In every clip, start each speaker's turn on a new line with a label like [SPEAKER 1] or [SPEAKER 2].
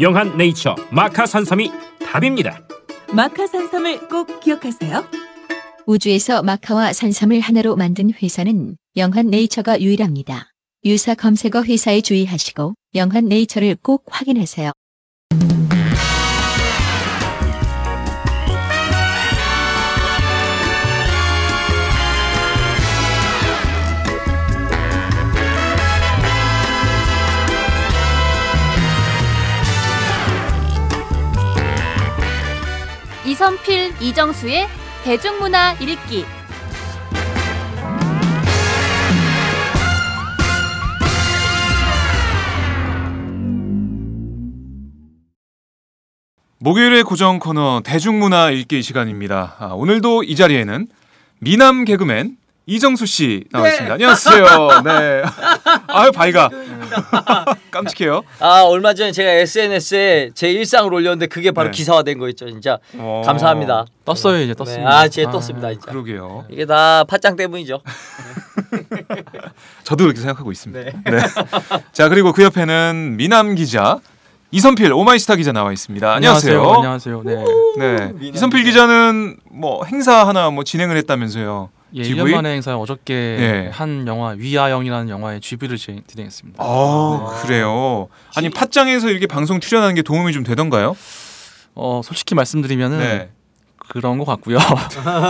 [SPEAKER 1] 영한네이처 마카산삼이 답입니다.
[SPEAKER 2] 마카 산삼을 꼭 기억하세요.
[SPEAKER 3] 우주에서 마카와 산삼을 하나로 만든 회사는 영한네이처가 유일합니다. 유사 검색어 회사에 주의하시고 영한네이처를 꼭 확인하세요.
[SPEAKER 4] 이선필, 이정수의 대중문화 읽기.
[SPEAKER 5] 목요일의 고정 코너 대중문화 읽기 시간입니다. 아, 오늘도 이 자리에는 미남 개그맨 이정수 씨 나와있습니다. 안녕하세요. 네. 아유 밝아. 깜찍해요.
[SPEAKER 6] 아 얼마 전에 제가 SNS에 제 일상을 올렸는데 그게 바로
[SPEAKER 5] 네.
[SPEAKER 6] 기사화된 거 있죠 진짜
[SPEAKER 5] 어,
[SPEAKER 6] 감사합니다
[SPEAKER 7] 떴어요 이제
[SPEAKER 6] 네,
[SPEAKER 7] 떴습니다.
[SPEAKER 6] 아 진짜 떴습니다 진짜
[SPEAKER 5] 그러게요.
[SPEAKER 6] 이게 다 팥장 때문이죠
[SPEAKER 5] 저도 그렇게 생각하고 있습니다. 네. 자 그리고 그 옆에는 미남 기자 이선필 오마이스타 기자 나와 있습니다. 안녕하세요.
[SPEAKER 7] 안녕하세요. 네.
[SPEAKER 5] 네. 이선필 기자는 뭐 행사 하나 뭐 진행을 했다면서요.
[SPEAKER 7] 예,
[SPEAKER 5] GV?
[SPEAKER 7] 1년 만에 행사 어저께
[SPEAKER 5] 네.
[SPEAKER 7] 한 영화 위아영이라는 영화의 GV를 진- 진행했습니다.
[SPEAKER 5] 아 그래요. 아니 팟짱에서 이렇게 방송 출연하는 게 도움이 좀 되던가요?
[SPEAKER 7] 어, 솔직히 말씀드리면은
[SPEAKER 5] 네.
[SPEAKER 7] 그런 것 같고요.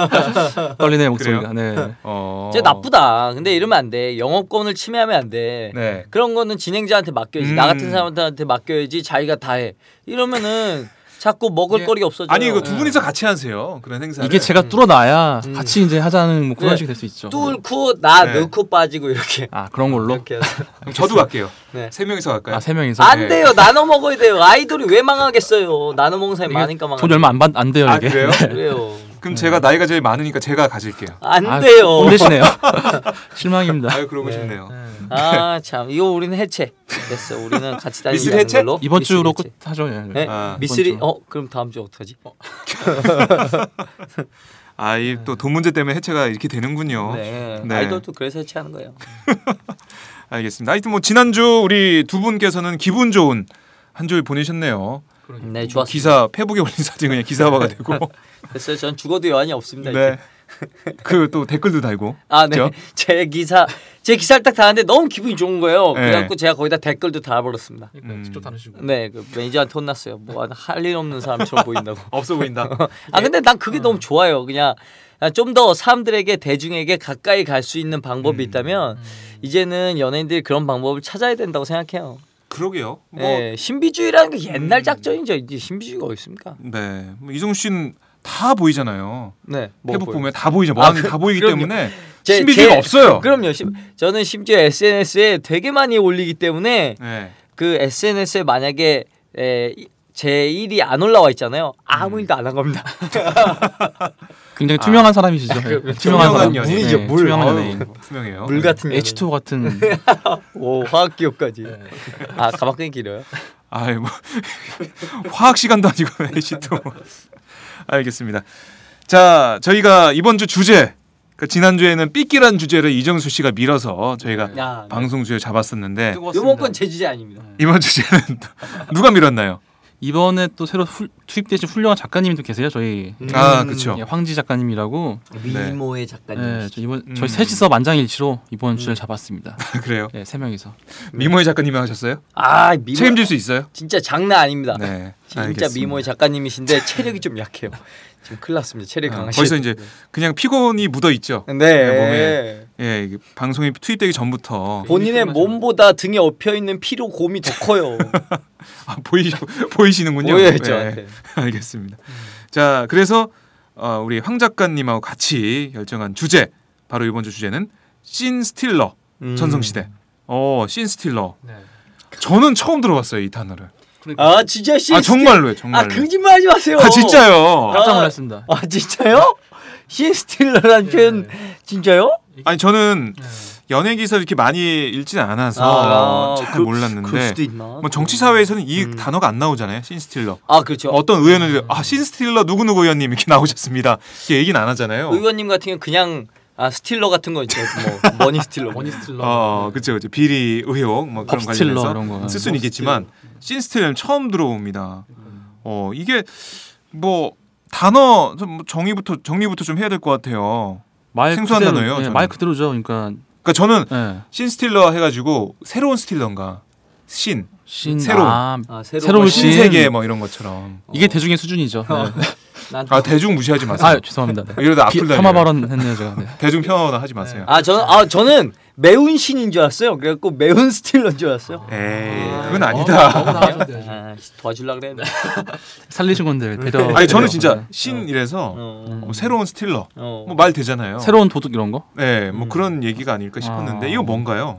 [SPEAKER 7] 떨리네 목소리가. 네.
[SPEAKER 5] 어.
[SPEAKER 6] 진짜 나쁘다 근데 이러면 안돼 영업권을 침해하면 안돼
[SPEAKER 5] 네.
[SPEAKER 6] 그런 거는 진행자한테 맡겨야지 나
[SPEAKER 5] 음.
[SPEAKER 6] 같은 사람한테 맡겨야지 자기가 다 해 이러면은 자꾸 먹을
[SPEAKER 7] 이게-
[SPEAKER 6] 거리가 없어져요
[SPEAKER 5] 아니 이거 두 분이서 같이 하세요. 그런 행사.
[SPEAKER 7] 이게 제가 뚫어놔야
[SPEAKER 6] 네. 음.
[SPEAKER 7] 같이 이제 하자는 뭐 그런
[SPEAKER 6] 네.
[SPEAKER 7] 식이 될 수 있죠.
[SPEAKER 6] 뚫고 나
[SPEAKER 5] 네.
[SPEAKER 6] 넣고 빠지고 이렇게
[SPEAKER 7] 아, 그런 걸로.
[SPEAKER 6] 이렇게
[SPEAKER 5] 그럼 저도 갈게요.
[SPEAKER 6] 네.
[SPEAKER 5] 세 명이서 갈까요?
[SPEAKER 7] 아, 세 명이서.
[SPEAKER 5] 네.
[SPEAKER 6] 안 돼요 나눠 먹어야 돼요 아이돌이 왜 망하겠어요 나눠 먹는 사람이 많으니까 망하
[SPEAKER 7] 돈 얼마 안 받 안 돼요,
[SPEAKER 5] 아,
[SPEAKER 7] 이게.
[SPEAKER 5] 그래요?
[SPEAKER 6] 그래요
[SPEAKER 5] 그럼 제가 나이가 제일 많으니까 제가 가질게요.
[SPEAKER 6] 안
[SPEAKER 7] 아,
[SPEAKER 6] 돼요
[SPEAKER 7] 힘내시네요. 실망입니다.
[SPEAKER 5] 아유 그러고 싶네요.
[SPEAKER 6] 아 참 이거 우리는 해체 됐어 우리는 같이
[SPEAKER 5] 미술
[SPEAKER 6] 다니는
[SPEAKER 5] 해체?
[SPEAKER 6] 걸로
[SPEAKER 7] 이번
[SPEAKER 6] 미술
[SPEAKER 7] 주로
[SPEAKER 6] 해체.
[SPEAKER 7] 끝 하죠. 예.
[SPEAKER 6] 네?
[SPEAKER 5] 아,
[SPEAKER 6] 미스리
[SPEAKER 7] 이번 주.
[SPEAKER 6] 어 그럼 다음 주 어떡하지 어,
[SPEAKER 5] 아이 또 돈 문제 때문에 해체가 이렇게 되는군요.
[SPEAKER 6] 네.
[SPEAKER 5] 네.
[SPEAKER 6] 아이돌도 그래서 해체하는 거예요
[SPEAKER 5] 알겠습니다. 하여튼 뭐 지난주 우리 두 분께서는 기분 좋은 한 주일 보내셨네요.
[SPEAKER 6] 네 좋았어
[SPEAKER 5] 기사 페북에 올린 사진 그냥 기사화가 되고.
[SPEAKER 6] 됐어요 전 죽어도 여한이 없습니다
[SPEAKER 5] 네.
[SPEAKER 6] 이제
[SPEAKER 5] 그 또 댓글도 달고. 그죠?
[SPEAKER 6] 아네제 기사 제 기사를 딱 다는데 너무 기분이 좋은 거예요
[SPEAKER 5] 네.
[SPEAKER 6] 그래갖고 제가 거기다 댓글도 달아버렸습니다
[SPEAKER 5] 음. 직접
[SPEAKER 7] 다루시고.
[SPEAKER 6] 네그 매니저한테 혼났어요 뭐 할 일 없는 사람처럼 보인다고
[SPEAKER 5] 없어 보인다.
[SPEAKER 6] 아 근데 난 그게 너무 좋아요. 그냥 좀 더 사람들에게 대중에게 가까이 갈 수 있는 방법이 있다면 이제는 연예인들이 그런 방법을 찾아야 된다고 생각해요.
[SPEAKER 5] 그러게요. 뭐
[SPEAKER 6] 예, 신비주의라는 게 옛날
[SPEAKER 5] 음.
[SPEAKER 6] 작전이죠. 이제 신비주의가 어디 있습니까?
[SPEAKER 5] 네. 뭐 이종우 씨는 다 보이잖아요.
[SPEAKER 6] 네. 뭐
[SPEAKER 5] 페북
[SPEAKER 6] 보여.
[SPEAKER 5] 보면 다 보이죠. 뭐 하는 게 다 보이기
[SPEAKER 6] 그럼요.
[SPEAKER 5] 때문에
[SPEAKER 6] 제-
[SPEAKER 5] 신비주의가
[SPEAKER 6] 제-
[SPEAKER 5] 없어요.
[SPEAKER 6] 그럼요. 심- 저는 심지어 SNS에 되게 많이 올리기 때문에
[SPEAKER 5] 네.
[SPEAKER 6] 그 SNS에 만약에 에, 이- 제 일이 안 올라와 있잖아요. 아무 일도 안 한 겁니다.
[SPEAKER 7] 굉장히 투명한 사람이시죠. 예. 투명한 사람.
[SPEAKER 5] 연예인.
[SPEAKER 6] 물이죠,
[SPEAKER 7] 예,
[SPEAKER 6] 물.
[SPEAKER 7] 투명한
[SPEAKER 6] 아유.
[SPEAKER 7] 연예인.
[SPEAKER 5] 투명해요.
[SPEAKER 6] 물 같은 연예인.
[SPEAKER 7] H2O 같은
[SPEAKER 6] 오 화학 기업까지. 아 가방끈이 길어요.
[SPEAKER 5] 아이 네, 뭐 화학 시간도 아니고 시도 알겠습니다. 뭐. 자, 저희가 이번 주 주제 그러니까 지난주에는 삐끼란 주제를 이정수 씨가 밀어서 저희가
[SPEAKER 6] 야,
[SPEAKER 5] 방송 주제 잡았었는데
[SPEAKER 6] 요번 건제 주제 아닙니다.
[SPEAKER 5] 이번 주제는 또 누가 밀었나요?
[SPEAKER 7] 이번에 또 새로 훌- 투입되신 훌륭한 작가님이 또 계세요. 저희
[SPEAKER 6] 음,
[SPEAKER 5] 아, 그렇죠.
[SPEAKER 7] 예, 황지 작가님이라고.
[SPEAKER 5] 네.
[SPEAKER 6] 미모의 작가님.
[SPEAKER 7] 예, 저 이번
[SPEAKER 5] 음.
[SPEAKER 7] 저희 셋이서 만장일치로 이번 주제를 잡았습니다.
[SPEAKER 5] 그래요.
[SPEAKER 7] 예, 세 명이서.
[SPEAKER 6] 네.
[SPEAKER 5] 미모의 작가님이 하셨어요?
[SPEAKER 6] 아 미모
[SPEAKER 5] 책임질 수 있어요?
[SPEAKER 6] 진짜 장난 아닙니다.
[SPEAKER 5] 네.
[SPEAKER 6] 진짜
[SPEAKER 5] 알겠습니다.
[SPEAKER 6] 미모의 작가님이신데 체력이 좀 약해요. 지금 큰일 났습니다. 체력 이
[SPEAKER 5] 아,
[SPEAKER 6] 강하시.
[SPEAKER 5] 벌써 이제 그냥 피곤이 묻어 있죠.
[SPEAKER 6] 네.
[SPEAKER 5] 몸에. 네, 예, 이게 방송에 투입되기 전부터
[SPEAKER 6] 본인의 몸보다 등에 엎여 있는 피로 곰이 더 커요.
[SPEAKER 5] 아, 보이 보이시는군요.
[SPEAKER 6] 오해했
[SPEAKER 5] 예,
[SPEAKER 6] 저한테.
[SPEAKER 5] 알겠습니다. 자, 그래서 어, 우리 황 작가님하고 같이 결정한 주제 바로 이번 주 주제는 신 스틸러
[SPEAKER 6] 음. 네.
[SPEAKER 5] 전성시대. 어, 신 스틸러. 저는 처음 들어봤어요 이 단어를.
[SPEAKER 6] 아 진짜 씨.
[SPEAKER 5] 아 정말로요,
[SPEAKER 6] 아
[SPEAKER 5] 정말로.
[SPEAKER 6] 거짓말하지 마세요.
[SPEAKER 5] 아 진짜요.
[SPEAKER 7] 깜짝 놀랐습니다.
[SPEAKER 6] 아 진짜요? 신스틸러란
[SPEAKER 5] 네.
[SPEAKER 6] 표현 진짜요?
[SPEAKER 5] 아니 저는 연예 기사 이렇게 많이 읽진 않아서
[SPEAKER 6] 네. 아,
[SPEAKER 5] 잘
[SPEAKER 6] 그- 그럴
[SPEAKER 5] 몰랐는데
[SPEAKER 6] 수도 있나?
[SPEAKER 5] 뭐 정치 사회에서는 이
[SPEAKER 7] 음.
[SPEAKER 5] 단어가 안 나오잖아요. 신스틸러.
[SPEAKER 6] 아 그렇죠.
[SPEAKER 5] 어떤 의원은 아 신스틸러 누구 누구 의원님 이렇게 나오셨습니다. 이렇게 얘기는 안 하잖아요.
[SPEAKER 6] 의원님 같은 경우 는 그냥 아 스틸러 같은 거 있죠. 뭐 머니 스틸러. 머니 스틸러.
[SPEAKER 5] 어, 그렇죠, 그렇죠. 비리 의혹 뭐 그런
[SPEAKER 7] 법스틸러
[SPEAKER 5] 관련해서
[SPEAKER 7] 이런 거.
[SPEAKER 5] 쓸 수는 있겠지만 신스틸러는 처음 들어봅니다. 어, 이게 뭐 단어 좀뭐 정의부터 정리부터 좀 해야 될 것 같아요.
[SPEAKER 7] 말
[SPEAKER 5] 생소한
[SPEAKER 7] 그대로,
[SPEAKER 5] 단어예요,
[SPEAKER 7] 예,
[SPEAKER 5] 저는.
[SPEAKER 7] 말 그대로죠. 그러니까
[SPEAKER 5] 그러니까 저는
[SPEAKER 7] 예.
[SPEAKER 5] 신스틸러 해가지고 새로운 스틸러인가 신
[SPEAKER 7] 신
[SPEAKER 5] 새로운.
[SPEAKER 7] 아,
[SPEAKER 6] 아, 새로운,
[SPEAKER 7] 새로운
[SPEAKER 6] 신.
[SPEAKER 7] 신.
[SPEAKER 5] 신세계 뭐 이런 것처럼.
[SPEAKER 7] 이게 대중의 수준이죠. 네.
[SPEAKER 6] 난-
[SPEAKER 5] 아 대중 무시하지 마세요.
[SPEAKER 7] 아, 죄송합니다. 네.
[SPEAKER 5] 이러다
[SPEAKER 7] 비-
[SPEAKER 5] 악플 달려요.
[SPEAKER 7] 폄하 발언 했네요, 제가. 네.
[SPEAKER 5] 대중 평화 하지 마세요.
[SPEAKER 6] 아 저는 아 저는 매운 신인 줄 알았어요. 그래갖고 매운 스틸러인 줄 알았어요.
[SPEAKER 5] 에이 그건 아니다.
[SPEAKER 6] 아, 도와줄라 그랬는데.
[SPEAKER 7] 네. 살리신 건데 네. 배려.
[SPEAKER 5] 네. 아니 저는
[SPEAKER 7] 배려.
[SPEAKER 5] 진짜 신이래서
[SPEAKER 7] 음.
[SPEAKER 6] 어.
[SPEAKER 5] 뭐 새로운 스틸러
[SPEAKER 6] 어.
[SPEAKER 5] 뭐 말 되잖아요.
[SPEAKER 7] 새로운 도둑 이런 거?
[SPEAKER 5] 네, 뭐 그런 얘기가 아닐까 싶었는데
[SPEAKER 7] 아.
[SPEAKER 5] 이거 뭔가요?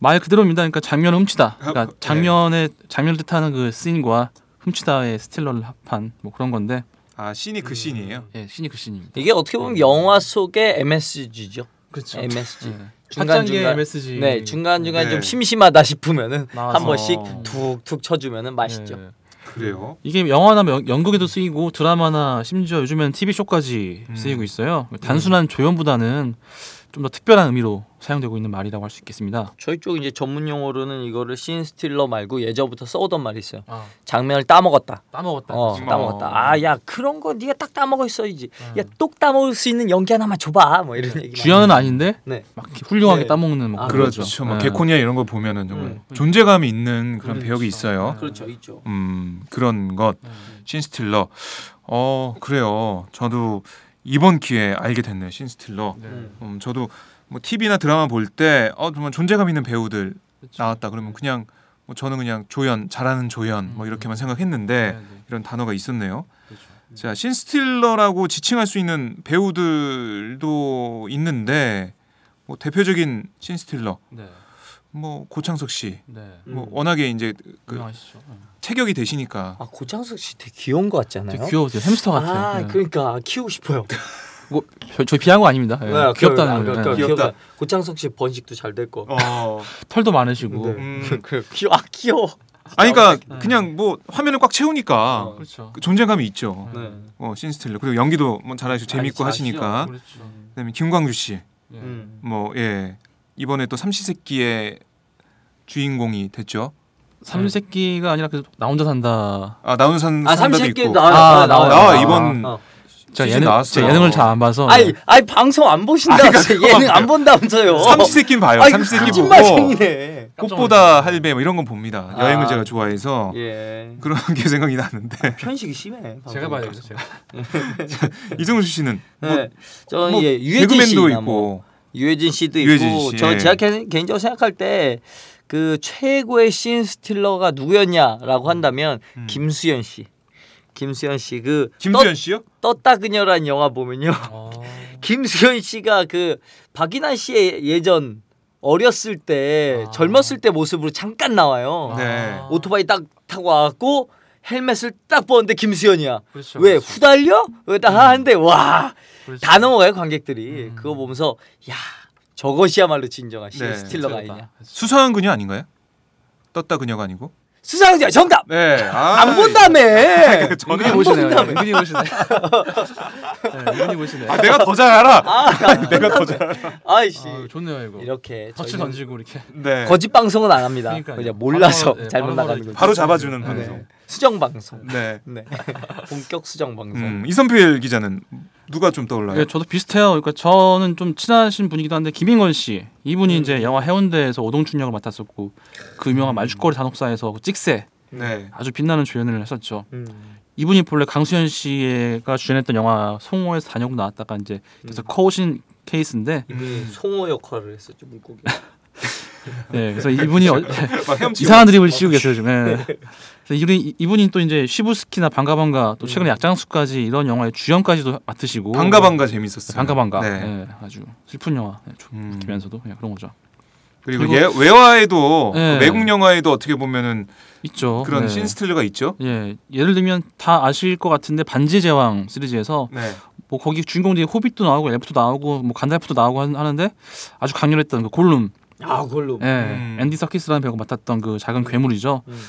[SPEAKER 7] 말 그대로입니다. 그러니까 장면 훔치다. 그러니까
[SPEAKER 5] 아, 네.
[SPEAKER 7] 장면의 장면을 뜻하는 그 씬과 훔치다의 스틸러를 합한 뭐 그런 건데.
[SPEAKER 5] 아 신이 그 신이에요.
[SPEAKER 7] 예, 신이 그 신입니다.
[SPEAKER 6] 이게 어떻게 보면 영화 속의 MSG죠.
[SPEAKER 7] 그렇죠.
[SPEAKER 6] MSG.
[SPEAKER 7] 중간
[SPEAKER 6] 중간-
[SPEAKER 7] 중간 MSG.
[SPEAKER 6] 네 중간 중간
[SPEAKER 5] 네.
[SPEAKER 6] 좀 심심하다 싶으면은 한
[SPEAKER 7] 나와서. 어.
[SPEAKER 6] 번씩 툭툭 쳐주면은 맛있죠.
[SPEAKER 7] 예.
[SPEAKER 5] 그래요.
[SPEAKER 7] 이게 영화나 명- 연극에도 쓰이고 드라마나 심지어 요즘엔 TV 쇼까지
[SPEAKER 5] 음.
[SPEAKER 7] 쓰이고 있어요. 단순한 조연보다는 좀 더 특별한 의미로 사용되고 있는 말이라고 할 수 있겠습니다.
[SPEAKER 6] 저희 쪽 이제 전문 용어로는 이거를 신 스틸러 말고 예전부터 써오던 말이 있어요.
[SPEAKER 7] 아.
[SPEAKER 6] 장면을 따먹었다.
[SPEAKER 7] 따먹었다.
[SPEAKER 6] 어, 따먹었다. 아 야 그런 거 네가 딱 따먹어 있어야지. 야똑 따먹을 수 있는 연기 하나만 줘봐. 뭐 이런 얘기.
[SPEAKER 7] 주연은 아닌데
[SPEAKER 6] 네.
[SPEAKER 7] 막 이렇게 훌륭하게
[SPEAKER 6] 네.
[SPEAKER 7] 따먹는 뭐
[SPEAKER 6] 아,
[SPEAKER 7] 그런
[SPEAKER 5] 그렇죠.
[SPEAKER 7] 거죠.
[SPEAKER 5] 뭐
[SPEAKER 7] 예.
[SPEAKER 5] 개코니아 이런 거 보면은 정말
[SPEAKER 6] 음.
[SPEAKER 5] 존재감이 있는 그런 배역이 있어요.
[SPEAKER 6] 그렇죠 있죠.
[SPEAKER 5] 음 그런 것 신스틸러. 어 그래요. 저도 이번 기회에 알게 됐네요. 신스틸러.
[SPEAKER 6] 음.
[SPEAKER 5] 음, 저도 뭐 TV나 드라마 볼 때 어, 정말 존재감 있는 배우들 나왔다 그러면 그냥 뭐 저는 그냥 조연 잘하는 조연 뭐 이렇게만 생각했는데 이런 단어가 네. 있었네요. 자 신스틸러라고 지칭할 수 있는 배우들도 있는데 뭐 대표적인 신스틸러
[SPEAKER 7] 네.
[SPEAKER 5] 뭐 고창석 씨.
[SPEAKER 7] 네.
[SPEAKER 5] 뭐 워낙에 이제 그
[SPEAKER 7] 아시죠? 네.
[SPEAKER 5] 체격이 되시니까
[SPEAKER 6] 아 고창석 씨 되게 귀여운 거 같지 않아요?
[SPEAKER 7] 되게 귀여워요. 햄스터 네. 같아요.
[SPEAKER 6] 아
[SPEAKER 7] 예.
[SPEAKER 6] 그러니까 키우고 싶어요.
[SPEAKER 7] 뭐, 저, 저 비한 거 아닙니다. 예.
[SPEAKER 6] 네, 그,
[SPEAKER 7] 귀엽다는
[SPEAKER 6] 그,
[SPEAKER 7] 거예요.
[SPEAKER 6] 그,
[SPEAKER 7] 예.
[SPEAKER 5] 귀엽다.
[SPEAKER 6] 고창석 씨 번식도 잘 될 거.
[SPEAKER 5] 어.
[SPEAKER 7] 털도 많으시고.
[SPEAKER 6] 네.
[SPEAKER 5] 음.
[SPEAKER 6] 그 귀여 아 귀여워.
[SPEAKER 5] 아니 그러니까 그냥 뭐 화면을 꽉 채우니까
[SPEAKER 6] 네. 어.
[SPEAKER 7] 그렇죠.
[SPEAKER 5] 그 존재감이 있죠.
[SPEAKER 6] 네.
[SPEAKER 5] 어, 신스틸러 그리고 연기도 뭐 잘하시고 재밌고
[SPEAKER 6] 아,
[SPEAKER 5] 하시니까
[SPEAKER 7] 그렇죠.
[SPEAKER 5] 그다음에 김광규 씨.
[SPEAKER 7] 네.
[SPEAKER 6] 음.
[SPEAKER 5] 뭐 예. 이번에 또 삼시세끼의 주인공이 됐죠.
[SPEAKER 7] 삼세끼가 아니라 그 나 혼자 산다.
[SPEAKER 5] 아, 나온 산
[SPEAKER 6] 아
[SPEAKER 5] 산다도
[SPEAKER 6] 삼십 개
[SPEAKER 5] 있고.
[SPEAKER 6] 나와요. 나와요.
[SPEAKER 7] 아, 나와요.
[SPEAKER 5] 나와, 이번
[SPEAKER 6] 어.
[SPEAKER 7] 제가
[SPEAKER 5] 시즌
[SPEAKER 7] 예능
[SPEAKER 5] 나왔어요.
[SPEAKER 7] 제가 예능을 잘 안 봐서 네.
[SPEAKER 6] 아니 아니 방송 안 보신다면서
[SPEAKER 5] 그러니까
[SPEAKER 6] 예능 안 본다면서요.
[SPEAKER 5] 삼시세끼는 봐요.
[SPEAKER 6] 어. 아이, 그
[SPEAKER 5] 삼시세끼 보고
[SPEAKER 6] 거짓말쟁이네.
[SPEAKER 5] 꽃보다 할배 뭐 이런 건 봅니다.
[SPEAKER 6] 아.
[SPEAKER 5] 여행을 제가 좋아해서
[SPEAKER 6] 예.
[SPEAKER 5] 그런 게 생각이 나는데
[SPEAKER 6] 편식이 심해.
[SPEAKER 7] 죠 제가.
[SPEAKER 5] 이정수 씨는 뭐,
[SPEAKER 6] 네. 저는
[SPEAKER 5] 뭐
[SPEAKER 6] 예, 유해진
[SPEAKER 5] 개그맨도
[SPEAKER 6] 씨나
[SPEAKER 5] 있고
[SPEAKER 6] 뭐 유해진 씨도 있고
[SPEAKER 5] 유해진 씨,
[SPEAKER 6] 저
[SPEAKER 5] 예.
[SPEAKER 6] 제가 개- 개인적으로 생각할 때 그 최고의 신 스틸러가 누구였냐라고 한다면
[SPEAKER 5] 음.
[SPEAKER 6] 김수현 씨. 김수현 씨그
[SPEAKER 5] 김수현 씨요? 아.
[SPEAKER 6] 떴다 그녀란 영화 보면요. 김수현 씨가 그 박인환 씨의 예전 어렸을 때 젊었을 때 모습으로 잠깐
[SPEAKER 7] 아,
[SPEAKER 6] 나와요.
[SPEAKER 5] 아. 네.
[SPEAKER 6] 오토바이 딱 타고 와갖고 헬멧을 딱 벗는데 김수현이야.
[SPEAKER 7] 그렇죠.
[SPEAKER 6] 왜 후달려?
[SPEAKER 5] 음.
[SPEAKER 6] 왜딱 하는데 와. 다 넘어가요 관객들이
[SPEAKER 7] 음.
[SPEAKER 6] 그거 보면서 야 저것이야말로 진정한 신
[SPEAKER 5] 네,
[SPEAKER 7] 그렇죠.
[SPEAKER 6] 스틸러가 아니냐
[SPEAKER 5] 수상한 그녀 아닌가요? 떴다 그녀가 아니고
[SPEAKER 6] 수상자 정답.
[SPEAKER 5] 네. 아,
[SPEAKER 6] 안 본다며. 음.
[SPEAKER 7] 은근히 보시네요. 예, 은근히 보시네. 네, 은근히 보시네.
[SPEAKER 5] 아, 내가 더 잘 알아.
[SPEAKER 6] 아, 안
[SPEAKER 5] 내가
[SPEAKER 6] 본다며.
[SPEAKER 5] 더 잘. 알아.
[SPEAKER 6] 아이씨.
[SPEAKER 7] 아, 좋네요 이거.
[SPEAKER 6] 이렇게
[SPEAKER 7] 터치
[SPEAKER 6] 저희는
[SPEAKER 7] 던지고 이렇게.
[SPEAKER 5] 네.
[SPEAKER 6] 거짓 방송은 안 합니다.
[SPEAKER 7] 그러니까요.
[SPEAKER 6] 그냥 몰라서
[SPEAKER 7] 바로, 예,
[SPEAKER 6] 잘못
[SPEAKER 7] 바로
[SPEAKER 6] 나가는
[SPEAKER 7] 바로
[SPEAKER 6] 거죠.
[SPEAKER 5] 바로 잡아주는
[SPEAKER 7] 네.
[SPEAKER 5] 방송.
[SPEAKER 6] 수정 방송.
[SPEAKER 5] 네.
[SPEAKER 6] 네. 본격 수정 방송.
[SPEAKER 5] 음, 이선필 기자는 누가 좀 떠올라요?
[SPEAKER 7] 예, 저도 비슷해요. 그러니까 저는 좀 친하신 분이기도 한데 김인권 씨 이분이
[SPEAKER 5] 음.
[SPEAKER 7] 이제 영화 해운대에서 오동춘 역을 맡았었고 그 유명한 말죽거리 단옥사에서 그 찍새
[SPEAKER 5] 네.
[SPEAKER 7] 아주 빛나는 주연을 했었죠.
[SPEAKER 6] 음.
[SPEAKER 7] 이분이 본래 강수현 씨가 주연했던 영화 송호에서 단역 나왔다가 이제
[SPEAKER 5] 음.
[SPEAKER 7] 그래서 커오신 케이스인데
[SPEAKER 6] 이분이 송호 역할을 했었죠 물고기.
[SPEAKER 7] 네, 그래서 이분이 어,
[SPEAKER 5] 막 헤엄치고.
[SPEAKER 7] 이상한 드립을 치고 계세요 지금. 예.
[SPEAKER 5] 네.
[SPEAKER 7] 그래서 이분이 이분이 또 이제 시부스키나 방가방가
[SPEAKER 5] 음.
[SPEAKER 7] 또 최근에 약장수까지 이런 영화의 주연까지도 맡으시고
[SPEAKER 5] 반가반가 재밌었어요.
[SPEAKER 7] 반가반가
[SPEAKER 5] 네.
[SPEAKER 7] 예, 아주 슬픈 영화 예, 좀
[SPEAKER 5] 음.
[SPEAKER 7] 웃기면서도 예, 그런 거죠.
[SPEAKER 5] 그리고,
[SPEAKER 7] 그리고-
[SPEAKER 5] 예, 외화에도
[SPEAKER 7] 네.
[SPEAKER 5] 외국 영화에도 어떻게 보면은
[SPEAKER 7] 있죠.
[SPEAKER 5] 그런
[SPEAKER 7] 예.
[SPEAKER 5] 신스틸러가 있죠.
[SPEAKER 7] 예, 예를 들면 다 아실 것 같은데 반지의 제왕 시리즈에서
[SPEAKER 5] 네.
[SPEAKER 7] 뭐 거기 주인공들이 호빗도 나오고 엘프도 나오고 뭐 간달프도 나오고 한- 하는데 아주 강렬했던 그 골룸,
[SPEAKER 6] 아 그걸로.
[SPEAKER 7] 예,
[SPEAKER 5] 음.
[SPEAKER 7] 앤디 서키스라는 배우가 맡았던 그 작은 괴물이죠.
[SPEAKER 6] 음.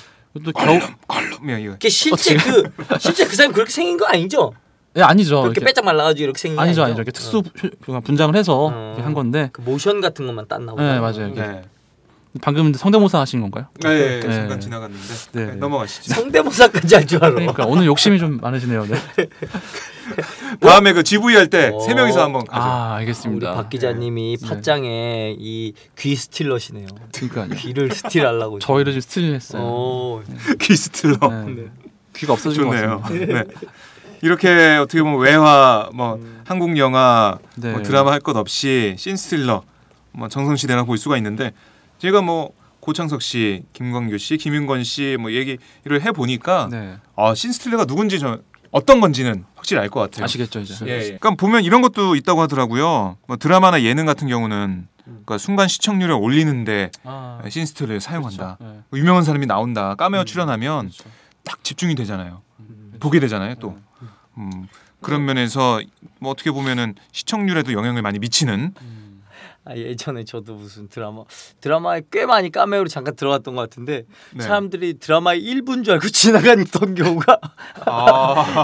[SPEAKER 7] 또 겨우
[SPEAKER 5] 그러면 네. 이거
[SPEAKER 6] 그게 실제 그 실제 그 사람이 그렇게 생긴 거 아니죠?
[SPEAKER 7] 예, 아니죠.
[SPEAKER 6] 그렇게
[SPEAKER 7] 이렇게-
[SPEAKER 6] 빼짝 말라가지고 이렇게 생긴 거
[SPEAKER 7] 아니죠,
[SPEAKER 6] 아니죠? 음.
[SPEAKER 7] 아니죠. 이렇게 특수 효- 분장을 해서
[SPEAKER 6] 어.
[SPEAKER 7] 이렇게 한 건데
[SPEAKER 6] 그 모션 같은 것만 땄나 보다.
[SPEAKER 7] 네, 맞아요.
[SPEAKER 5] 네.
[SPEAKER 7] 방금 성대모사 하신 건가요?
[SPEAKER 5] 네,
[SPEAKER 7] 네.
[SPEAKER 5] 잠깐 지나갔는데 네,
[SPEAKER 7] 네, 네.
[SPEAKER 5] 넘어가시죠.
[SPEAKER 6] 성대모사까지 할 줄 알아.
[SPEAKER 7] 그러니까 오늘 욕심이 좀 많으시네요. 네.
[SPEAKER 5] 다음에 그 GV 할 때
[SPEAKER 6] 어.
[SPEAKER 5] 세 명이서 한번 가죠.
[SPEAKER 7] 아,
[SPEAKER 6] 우리
[SPEAKER 7] 알겠습니다.
[SPEAKER 6] 박 기자님이 팟짱에 이 귀 스틸러시네요.
[SPEAKER 7] 그러니까
[SPEAKER 6] 귀를 스틸하려고.
[SPEAKER 7] 저희를 지금 스틸했어요.
[SPEAKER 6] 어,
[SPEAKER 5] 기스트러.
[SPEAKER 7] 네. 귀가 없어진 것
[SPEAKER 5] 좋네요.
[SPEAKER 7] 같습니다.
[SPEAKER 5] 네. 이렇게 어떻게 보면 외화, 뭐 한국 영화,
[SPEAKER 7] 네.
[SPEAKER 5] 뭐 드라마 할 것 없이 신스틸러, 뭐 정성시대나 볼 수가 있는데 제가 뭐 고창석 씨, 김광규 씨, 김윤건 씨 뭐 얘기를 해 보니까
[SPEAKER 7] 네.
[SPEAKER 5] 아, 신스틸러가 누군지 저 어떤 건지는 확실히 알 것 같아요.
[SPEAKER 7] 아시겠죠 이제.
[SPEAKER 5] 예, 예. 그러니까 보면 이런 것도 있다고 하더라고요. 뭐 드라마나 예능 같은 경우는 그러니까 순간 시청률을 올리는데
[SPEAKER 7] 아,
[SPEAKER 5] 예, 신스틸러를 사용한다. 뭐
[SPEAKER 7] 그렇죠. 음,
[SPEAKER 5] 유명한 사람이 나온다. 까메오 출연하면 딱 집중이 되잖아요.
[SPEAKER 7] 그렇죠.
[SPEAKER 5] 보게 되잖아요 또.
[SPEAKER 7] 예.
[SPEAKER 5] 음, 그런 면에서 뭐 어떻게 보면은 시청률에도 영향을 많이 미치는.
[SPEAKER 7] 음.
[SPEAKER 6] 아, 예전에 저도 무슨 드라마 드라마에 꽤 많이 까메오로 잠깐 들어갔던 것 같은데
[SPEAKER 5] 네.
[SPEAKER 6] 사람들이 드라마의 1분 줄 알고 지나갔던 경우가
[SPEAKER 5] 아,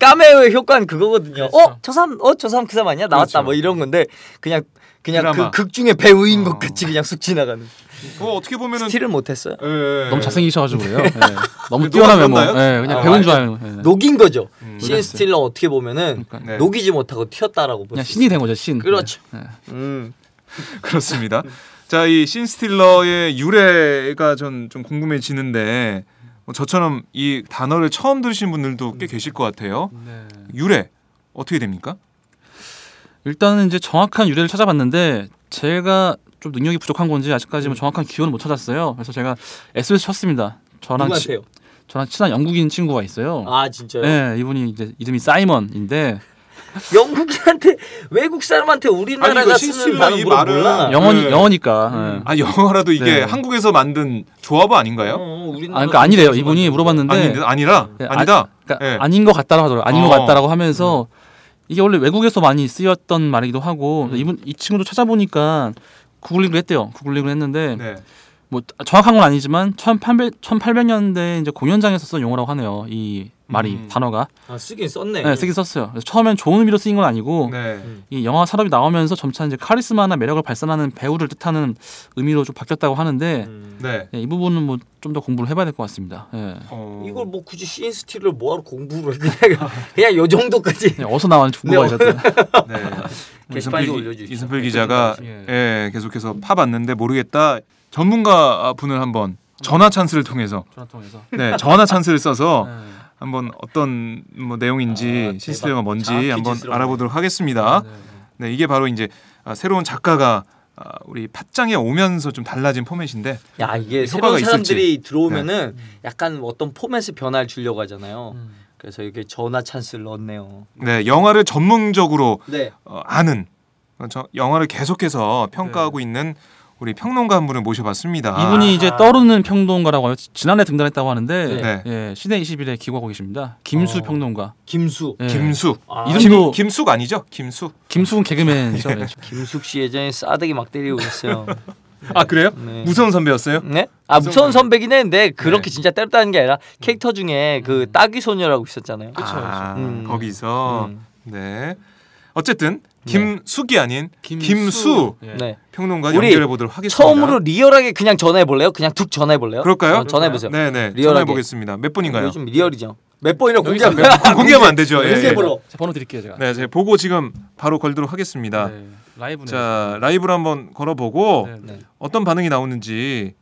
[SPEAKER 6] 까메오의 효과는 그거거든요. 어, 저 사람, 어, 저 사람 그 사람 아니야? 나왔다. 뭐 이런 건데 그냥 그냥
[SPEAKER 5] 드라마.
[SPEAKER 6] 그 극 중에 배우인 것
[SPEAKER 5] 어.
[SPEAKER 6] 같이 그냥 쑥 지나가는.
[SPEAKER 5] 그거 뭐 어떻게 보면은
[SPEAKER 6] 스틸을 못 했어요.
[SPEAKER 5] 예, 예, 예.
[SPEAKER 6] 네.
[SPEAKER 7] 너무 잘생기셔가지고 그래요. 예. 너무
[SPEAKER 5] 누가
[SPEAKER 7] 뛰어나면 뭐,
[SPEAKER 5] 그런가요?
[SPEAKER 7] 예, 그냥
[SPEAKER 6] 아,
[SPEAKER 7] 배운 줄 알고. 예.
[SPEAKER 6] 녹인 거죠.
[SPEAKER 5] 음.
[SPEAKER 6] 신 스틸러 어떻게 보면은
[SPEAKER 7] 그러니까
[SPEAKER 5] 네.
[SPEAKER 6] 녹이지 못하고 튀었다라고
[SPEAKER 7] 그냥
[SPEAKER 6] 볼수
[SPEAKER 7] 신이 된 거죠 신.
[SPEAKER 6] 그렇죠.
[SPEAKER 7] 네.
[SPEAKER 6] 음.
[SPEAKER 5] 그렇습니다.
[SPEAKER 7] 음.
[SPEAKER 5] 자, 이 신스틸러의 유래가 전 좀 궁금해지는데 뭐 저처럼 이 단어를 처음 들으신 분들도 꽤 계실 것 같아요.
[SPEAKER 7] 네.
[SPEAKER 5] 유래 어떻게 됩니까?
[SPEAKER 7] 일단은 이제 정확한 유래를 찾아봤는데 제가 좀 능력이 부족한 건지
[SPEAKER 6] 음.
[SPEAKER 7] 아직까지 뭐 정확한 기원을 못 찾았어요. 그래서 제가 SOS 쳤습니다. 저랑 치,
[SPEAKER 6] 누구한테요?
[SPEAKER 7] 저랑 친한 영국인 친구가 있어요.
[SPEAKER 6] 아 진짜요?
[SPEAKER 7] 네, 이분이 이제 이름이 사이먼인데
[SPEAKER 6] 영국인한테 외국 사람한테
[SPEAKER 5] 아니,
[SPEAKER 6] 우리나라가
[SPEAKER 5] 이거
[SPEAKER 6] 쓰는
[SPEAKER 5] 신스틸러
[SPEAKER 6] 단어
[SPEAKER 5] 이
[SPEAKER 6] 물어
[SPEAKER 5] 말은
[SPEAKER 6] 몰라.
[SPEAKER 5] 영-
[SPEAKER 7] 영어
[SPEAKER 5] 네.
[SPEAKER 7] 영어니까.
[SPEAKER 6] 음.
[SPEAKER 7] 예.
[SPEAKER 5] 아, 영어라도 이게
[SPEAKER 7] 네.
[SPEAKER 5] 한국에서 만든 조합어 아닌가요?
[SPEAKER 6] 어, 우리나라
[SPEAKER 7] 아, 그러니까 아니래요. 이분이 물어봤는데
[SPEAKER 5] 아니, 아니라
[SPEAKER 7] 네, 아-
[SPEAKER 5] 아니다.
[SPEAKER 7] 그러니까
[SPEAKER 5] 예.
[SPEAKER 7] 아닌 것 같다라고 하더라고요. 아닌
[SPEAKER 5] 어.
[SPEAKER 7] 것 같다라고 하면서 이게 원래 외국에서 많이 쓰였던 말이기도 하고
[SPEAKER 5] 음.
[SPEAKER 7] 이분 이 친구도 찾아보니까 구글링을 했대요. 구글링을 했는데
[SPEAKER 5] 네.
[SPEAKER 7] 뭐 정확한 건 아니지만 1800, 1800년대 이제 공연장에서 쓴 용어라고 하네요. 이 말이
[SPEAKER 5] 음.
[SPEAKER 7] 단어가
[SPEAKER 6] 아, 쓰긴 썼네.
[SPEAKER 7] 네, 쓰긴 썼어요. 그래서 처음엔 좋은 의미로 쓰인 건 아니고
[SPEAKER 5] 네.
[SPEAKER 7] 이 영화 산업이 나오면서 점차 이제 카리스마나 매력을 발산하는 배우를 뜻하는 의미로 좀 바뀌었다고 하는데
[SPEAKER 6] 음.
[SPEAKER 5] 네.
[SPEAKER 7] 예, 이 부분은 뭐 좀 더 공부를 해봐야 될 것 같습니다. 예.
[SPEAKER 5] 어...
[SPEAKER 6] 이걸 뭐 굳이 신스틸러 뭐하러 공부를 해? 그냥 그냥 요 정도까지.
[SPEAKER 7] 그냥 어디서 나왔는지 궁금하셨던.
[SPEAKER 5] 네.
[SPEAKER 6] 뭐 게시판에도 올려주십시오.
[SPEAKER 5] 이선필 기자가
[SPEAKER 7] 예.
[SPEAKER 5] 예, 계속해서 파봤는데 모르겠다. 전문가 분을 한번 전화 찬스를 통해서
[SPEAKER 7] 전화 통해서.
[SPEAKER 5] 네, 전화 찬스를 써서
[SPEAKER 7] 예.
[SPEAKER 5] 한번 어떤 뭐 내용인지
[SPEAKER 6] 아,
[SPEAKER 5] 시스템이
[SPEAKER 6] 대박.
[SPEAKER 5] 뭔지
[SPEAKER 6] 정확히
[SPEAKER 5] 한번
[SPEAKER 6] 짓스러워.
[SPEAKER 5] 알아보도록 하겠습니다.
[SPEAKER 7] 네.
[SPEAKER 5] 네, 이게 바로 이제 아, 새로운 작가가 아, 우리 팟짱에 오면서 좀 달라진 포맷인데
[SPEAKER 6] 야 이게
[SPEAKER 5] 효과가
[SPEAKER 6] 새로운
[SPEAKER 5] 있을지.
[SPEAKER 6] 사람들이
[SPEAKER 5] 네.
[SPEAKER 6] 들어오면은
[SPEAKER 5] 음.
[SPEAKER 6] 약간 어떤 포맷의 변화를 주려고 하잖아요.
[SPEAKER 7] 음.
[SPEAKER 6] 그래서 이렇게 전화 찬스를 넣었네요.
[SPEAKER 5] 네, 영화를 전문적으로
[SPEAKER 6] 네.
[SPEAKER 5] 어, 아는 어, 저 영화를 계속해서 평가하고 있는 우리 평론가 한 분을 모셔봤습니다.
[SPEAKER 7] 이분이 이제 떠오르는 평론가라고 하요 지난해 등단했다고
[SPEAKER 5] 네.
[SPEAKER 7] 하는데 예, 시대 21에 기고하고 계십니다. 김수
[SPEAKER 6] 어.
[SPEAKER 7] 평론가.
[SPEAKER 6] 김수.
[SPEAKER 7] 예.
[SPEAKER 5] 김수
[SPEAKER 6] 아,
[SPEAKER 7] 이름- 이름도-
[SPEAKER 5] 김, 김숙 아니죠? 김수
[SPEAKER 7] 김수훈 개그맨이죠. 예.
[SPEAKER 6] 김숙 씨 예전에 싸대기 막 때리고 그랬어요.
[SPEAKER 5] 아 그래요?
[SPEAKER 6] 네.
[SPEAKER 5] 무서운 선배였어요?
[SPEAKER 6] 네? 아 무서운 선배긴 했는데
[SPEAKER 5] 네.
[SPEAKER 6] 그렇게
[SPEAKER 5] 음.
[SPEAKER 6] 진짜 때렸다는 게 아니라 캐릭터 중에 그 따귀 소녀라고 있었잖아요.
[SPEAKER 5] 아,
[SPEAKER 6] 음.
[SPEAKER 5] 거기서
[SPEAKER 6] 음.
[SPEAKER 5] 네. 어쨌든 김숙이 아닌 김수
[SPEAKER 7] 김수.
[SPEAKER 6] 네.
[SPEAKER 5] 평론가
[SPEAKER 6] 우리
[SPEAKER 5] 연결해 보도록 하겠습니다.
[SPEAKER 6] 처음으로 리얼하게 그냥 전화해 볼래요? 그냥 툭 전화해 볼래요? 어,
[SPEAKER 5] 그럴까요?
[SPEAKER 6] 전화해 보세요.
[SPEAKER 5] 네, 네.
[SPEAKER 6] 리얼하게.
[SPEAKER 5] 전화해 보겠습니다. 몇 분인가요?
[SPEAKER 6] 요즘 리얼이죠. 몇 번이나 공개하면
[SPEAKER 5] 공개하면 안 되죠. 예, 예.
[SPEAKER 6] 공개해 볼로.
[SPEAKER 7] 제가 번호 드릴게요 제가.
[SPEAKER 5] 네, 제가 보고 지금 바로 걸도록 하겠습니다.
[SPEAKER 7] 네, 라이브네요.
[SPEAKER 5] 자, 라이브로 한번 걸어보고
[SPEAKER 7] 네, 음. 네.
[SPEAKER 5] 어떤 반응이 나오는지.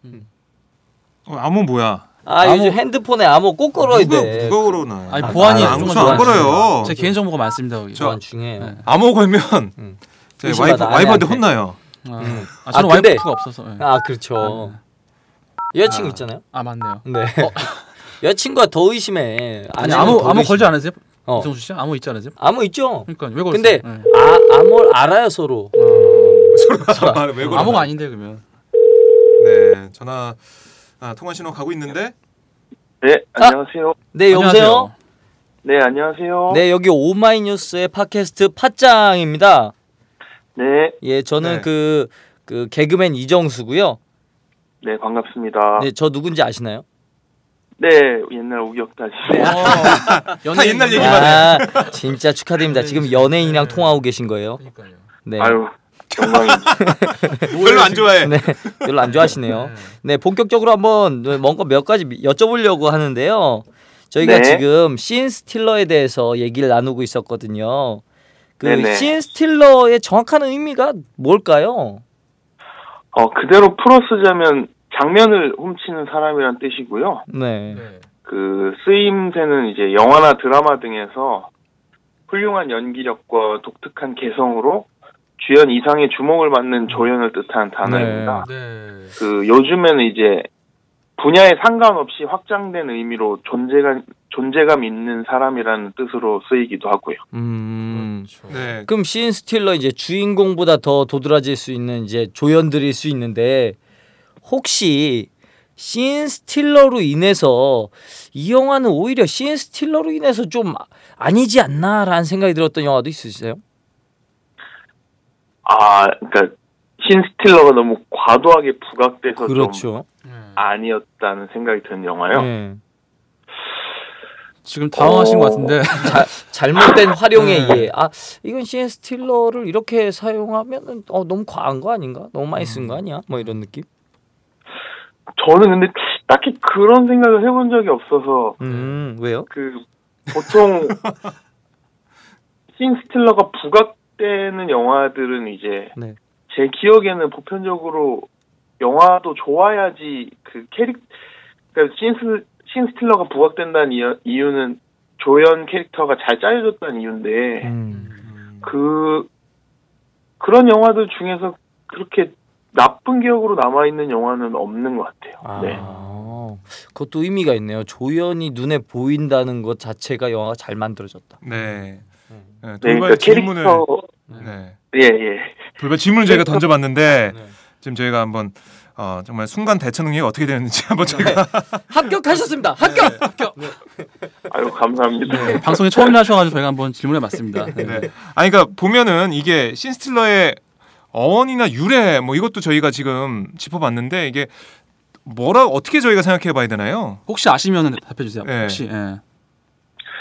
[SPEAKER 5] 어, 암호 뭐야?
[SPEAKER 6] 아 요즘 핸드폰에 암호 꼭 걸어야
[SPEAKER 5] 누가,
[SPEAKER 6] 돼.
[SPEAKER 5] 누가 걸어나?
[SPEAKER 7] 아니, 보안이
[SPEAKER 5] 아,
[SPEAKER 7] 좀
[SPEAKER 5] 암호 안 걸어요.
[SPEAKER 7] 제 개인 정보가 많습니다 거기.
[SPEAKER 5] 저-
[SPEAKER 6] 안 중요해요.
[SPEAKER 7] 네.
[SPEAKER 5] 암호 걸면
[SPEAKER 6] 음.
[SPEAKER 5] 제 와이프
[SPEAKER 6] 의심받아, 아내
[SPEAKER 5] 와이프한테
[SPEAKER 6] 한테.
[SPEAKER 5] 혼나요.
[SPEAKER 7] 아,
[SPEAKER 6] 음.
[SPEAKER 7] 아, 저는
[SPEAKER 6] 아, 근데-
[SPEAKER 7] 와이프가 없어서. 예.
[SPEAKER 6] 아 그렇죠.
[SPEAKER 5] 네.
[SPEAKER 6] 여자친구 있잖아요.
[SPEAKER 7] 아 맞네요.
[SPEAKER 6] 네.
[SPEAKER 5] 어.
[SPEAKER 6] 여자친구가 더 의심해.
[SPEAKER 7] 아니
[SPEAKER 6] 아내는
[SPEAKER 7] 아무
[SPEAKER 6] 더
[SPEAKER 7] 아무
[SPEAKER 6] 의심-
[SPEAKER 7] 걸지 않으세요?
[SPEAKER 6] 어.
[SPEAKER 7] 이정수 씨 아무 있지 않으세요?
[SPEAKER 6] 암호 있죠.
[SPEAKER 5] 음.
[SPEAKER 7] 그러니까 왜 걸었어요?
[SPEAKER 6] 근데
[SPEAKER 7] 예.
[SPEAKER 6] 아 암호를 알아요 서로.
[SPEAKER 5] 아, 왜 걸어나?
[SPEAKER 7] 암호가 아닌데 그러면.
[SPEAKER 5] 네, 전화 아, 통화 신호 가고 있는데
[SPEAKER 8] 네, 안녕하세요.
[SPEAKER 6] 네 여보세요.
[SPEAKER 7] 안녕하세요.
[SPEAKER 8] 네, 안녕하세요.
[SPEAKER 6] 네 여기 오마이뉴스의 팟캐스트 팟짱입니다.
[SPEAKER 8] 네,
[SPEAKER 6] 예
[SPEAKER 5] 네.
[SPEAKER 6] 저는 그 그 개그맨 이정수고요.
[SPEAKER 8] 네, 반갑습니다. 네,
[SPEAKER 6] 네 저 누군지 아시나요?
[SPEAKER 8] 옛날 우격다시. 네.
[SPEAKER 5] 다 옛날 얘기만 해.
[SPEAKER 6] 아 진짜 축하드립니다. 지금 연예인이랑 통화하고 계신 거예요.
[SPEAKER 7] 그러니까요.
[SPEAKER 6] 네.
[SPEAKER 8] 네, 아유, 영광입니다.
[SPEAKER 5] 별로 안 좋아해.
[SPEAKER 6] 네, 별로 안 좋아하시네요. 네, 본격적으로 한번 네, 뭔가 몇 가지 여쭤보려고 하는데요. 저희가
[SPEAKER 8] 네.
[SPEAKER 6] 지금 시인 스틸러에 대해서 얘기를 나누고 있었거든요. 그
[SPEAKER 8] 네네.
[SPEAKER 6] 시인 스틸러의 정확한 의미가 뭘까요?
[SPEAKER 8] 어, 그대로 풀어 쓰자면 장면을 훔치는 사람이란 뜻이고요.
[SPEAKER 6] 네.
[SPEAKER 8] 그 쓰임새는 이제 영화나 드라마 등에서 훌륭한 연기력과 독특한 개성으로 주연 이상의 주목을 받는 조연을 뜻하는 단어입니다.
[SPEAKER 7] 네.
[SPEAKER 8] 그 요즘에는 이제 분야에 상관없이 확장된 의미로 존재감 존재감 있는 사람이라는 뜻으로 쓰이기도 하고요.
[SPEAKER 6] 음.
[SPEAKER 5] 네.
[SPEAKER 6] 그럼 시인 스틸러 이제 주인공보다 더 도드라질 수 있는 이제 조연들일 수 있는데 혹시 시인 스틸러로 인해서 이 영화는 오히려 시인 스틸러로 인해서 좀 아니지 않나라는 생각이 들었던 영화도 있으세요?
[SPEAKER 8] 아, 그러니까 신 스틸러가 너무 과도하게 부각돼서 좀
[SPEAKER 6] 그렇죠.
[SPEAKER 8] 아니었다는 생각이 드는 영화요.
[SPEAKER 6] 예.
[SPEAKER 7] 지금 당황하신 것 같은데.
[SPEAKER 6] 자- 잘못된 활용에 의해 아 이건 시인 스틸러를 이렇게 사용하면 어, 너무 과한 거 아닌가? 너무 많이 쓴 거 아니야? 뭐 이런 느낌?
[SPEAKER 8] 저는 근데 딱히 그런 생각을 해본 적이 없어서
[SPEAKER 6] 음 왜요?
[SPEAKER 8] 그 보통 신 스틸러가 부각되는 영화들은 이제
[SPEAKER 6] 네.
[SPEAKER 8] 제 기억에는 보편적으로 영화도 좋아야지 그 캐릭 그러니까 신스 신 스틸러가 부각된다는 이유- 이유는 조연 캐릭터가 잘 짜여졌다는 이유인데
[SPEAKER 6] 음.
[SPEAKER 8] 그 그런 영화들 중에서 그렇게 나쁜 기억으로 남아 있는 영화는 없는 것 같아요.
[SPEAKER 6] 아
[SPEAKER 8] 네.
[SPEAKER 6] 그것도 의미가 있네요. 조연이 눈에 보인다는 것 자체가 영화가 잘 만들어졌다.
[SPEAKER 5] 네. 네,
[SPEAKER 8] 네,
[SPEAKER 5] 돌발
[SPEAKER 8] 그러니까
[SPEAKER 5] 질문을
[SPEAKER 8] 캐릭터
[SPEAKER 5] 네.
[SPEAKER 8] 예 예.
[SPEAKER 5] 돌발 질문을 저희가 던져봤는데
[SPEAKER 6] 네.
[SPEAKER 5] 지금 저희가 한번 어, 정말 순간 대처 능력이 어떻게 되는지 한번 저희가
[SPEAKER 6] 합격하셨습니다. 합격.
[SPEAKER 8] 아유 감사합니다.
[SPEAKER 7] 네, 방송에 처음 나셔가지고 저희가 한번 질문해봤습니다. 네.
[SPEAKER 5] 네. 아니 그러니까 보면은 이게 신스틸러의 어원이나 유래 뭐 이것도 저희가 지금 짚어봤는데 이게 뭐라 어떻게 저희가 생각해봐야 되나요?
[SPEAKER 7] 혹시 아시면 답해주세요.
[SPEAKER 5] 네.
[SPEAKER 7] 혹시 예.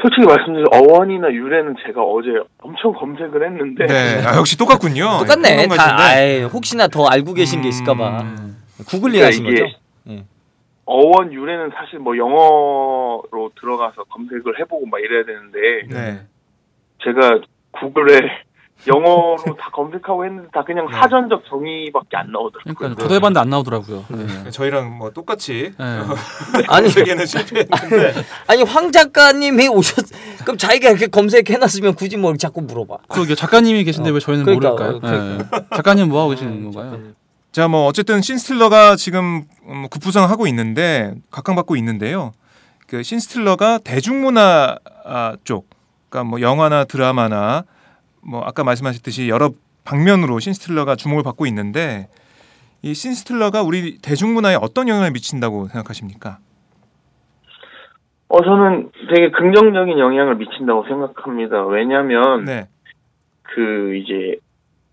[SPEAKER 8] 솔직히 말씀드려 어원이나 유래는 제가 어제 엄청 검색을 했는데
[SPEAKER 5] 네, 아, 역시 똑같군요.
[SPEAKER 6] 똑같네.
[SPEAKER 5] 평론가신데.
[SPEAKER 6] 다 아이, 혹시나 더 알고 계신 게 있을까봐
[SPEAKER 5] 음,
[SPEAKER 6] 구글링 하신
[SPEAKER 8] 그러니까
[SPEAKER 6] 거죠?
[SPEAKER 8] 이게
[SPEAKER 6] 예.
[SPEAKER 8] 어원 유래는 사실 뭐 영어로 들어가서 검색을 해보고 막 이래야 되는데
[SPEAKER 5] 네.
[SPEAKER 8] 제가 구글에 영어로 다 검색하고 했는데 다 그냥
[SPEAKER 5] 네.
[SPEAKER 8] 사전적 정의밖에 안 나오더라고요.
[SPEAKER 7] 그러니까 저도 해봤는데 안 나오더라고요. 네.
[SPEAKER 5] 저희랑 뭐 똑같이
[SPEAKER 7] 네.
[SPEAKER 6] 아니
[SPEAKER 8] 그러니까
[SPEAKER 5] 검색에는 실패했는데
[SPEAKER 6] 아니 황 작가님이 오셨. 그럼 자기가 이렇게 검색해놨으면 굳이 뭘 자꾸 물어봐.
[SPEAKER 7] 그러게 작가님이 계신데
[SPEAKER 6] 어, 음,
[SPEAKER 7] 왜 저희는
[SPEAKER 6] 그러니까,
[SPEAKER 7] 모를까요?
[SPEAKER 6] 어, 그러니까.
[SPEAKER 7] 네. 작가님 뭐 하고 계시는 건가요?
[SPEAKER 6] 네.
[SPEAKER 5] 자, 뭐 어쨌든 신스틸러가 지금 음, 급부상하고 있는데 각광받고 있는데요. 그 신스틸러가 대중문화 아, 쪽, 그러니까 뭐 영화나 드라마나 뭐 아까 말씀하셨듯이 여러 방면으로 신스틸러가 주목을 받고 있는데 이 신스틸러가 우리 대중문화에 어떤 영향을 미친다고 생각하십니까?
[SPEAKER 8] 어 저는 되게 긍정적인 영향을 미친다고 생각합니다. 왜냐하면
[SPEAKER 5] 네,
[SPEAKER 8] 그 이제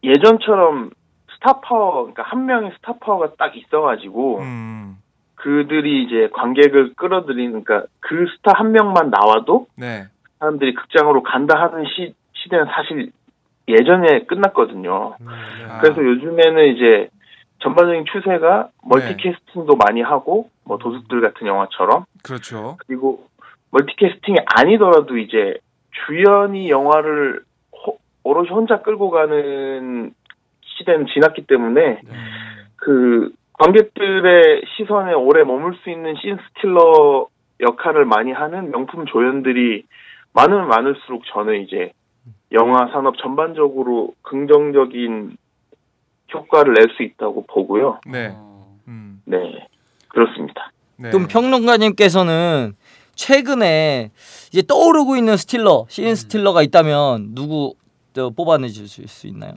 [SPEAKER 8] 예전처럼 스타 파워, 그러니까 한 명의 스타 파워가 딱 있어가지고
[SPEAKER 5] 음.
[SPEAKER 8] 그들이 이제 관객을 끌어들이는, 그러니까 그 스타 한 명만 나와도
[SPEAKER 5] 네.
[SPEAKER 8] 사람들이 극장으로 간다 하는 시, 시대는 사실 예전에 끝났거든요.
[SPEAKER 5] 아,
[SPEAKER 8] 그래서 요즘에는 이제 전반적인 추세가 멀티캐스팅도 많이 하고 뭐 도둑들 같은 영화처럼
[SPEAKER 5] 그렇죠.
[SPEAKER 8] 그리고 멀티캐스팅이 아니더라도 이제 주연이 영화를 호- 오롯이 혼자 끌고 가는 시대는 지났기 때문에 그 관객들의 시선에 오래 머물 수 있는 신 스틸러 역할을 많이 하는 명품 조연들이 많으면 많을수록 저는 이제 영화 산업 전반적으로 긍정적인 효과를 낼 수 있다고 보고요.
[SPEAKER 5] 네.
[SPEAKER 7] 어.
[SPEAKER 8] 네. 그렇습니다.
[SPEAKER 6] 그럼 평론가님께서는 최근에 이제 떠오르고 있는 스틸러, 시인 스틸러가 있다면 누구 저 뽑아내 주실 수 있나요?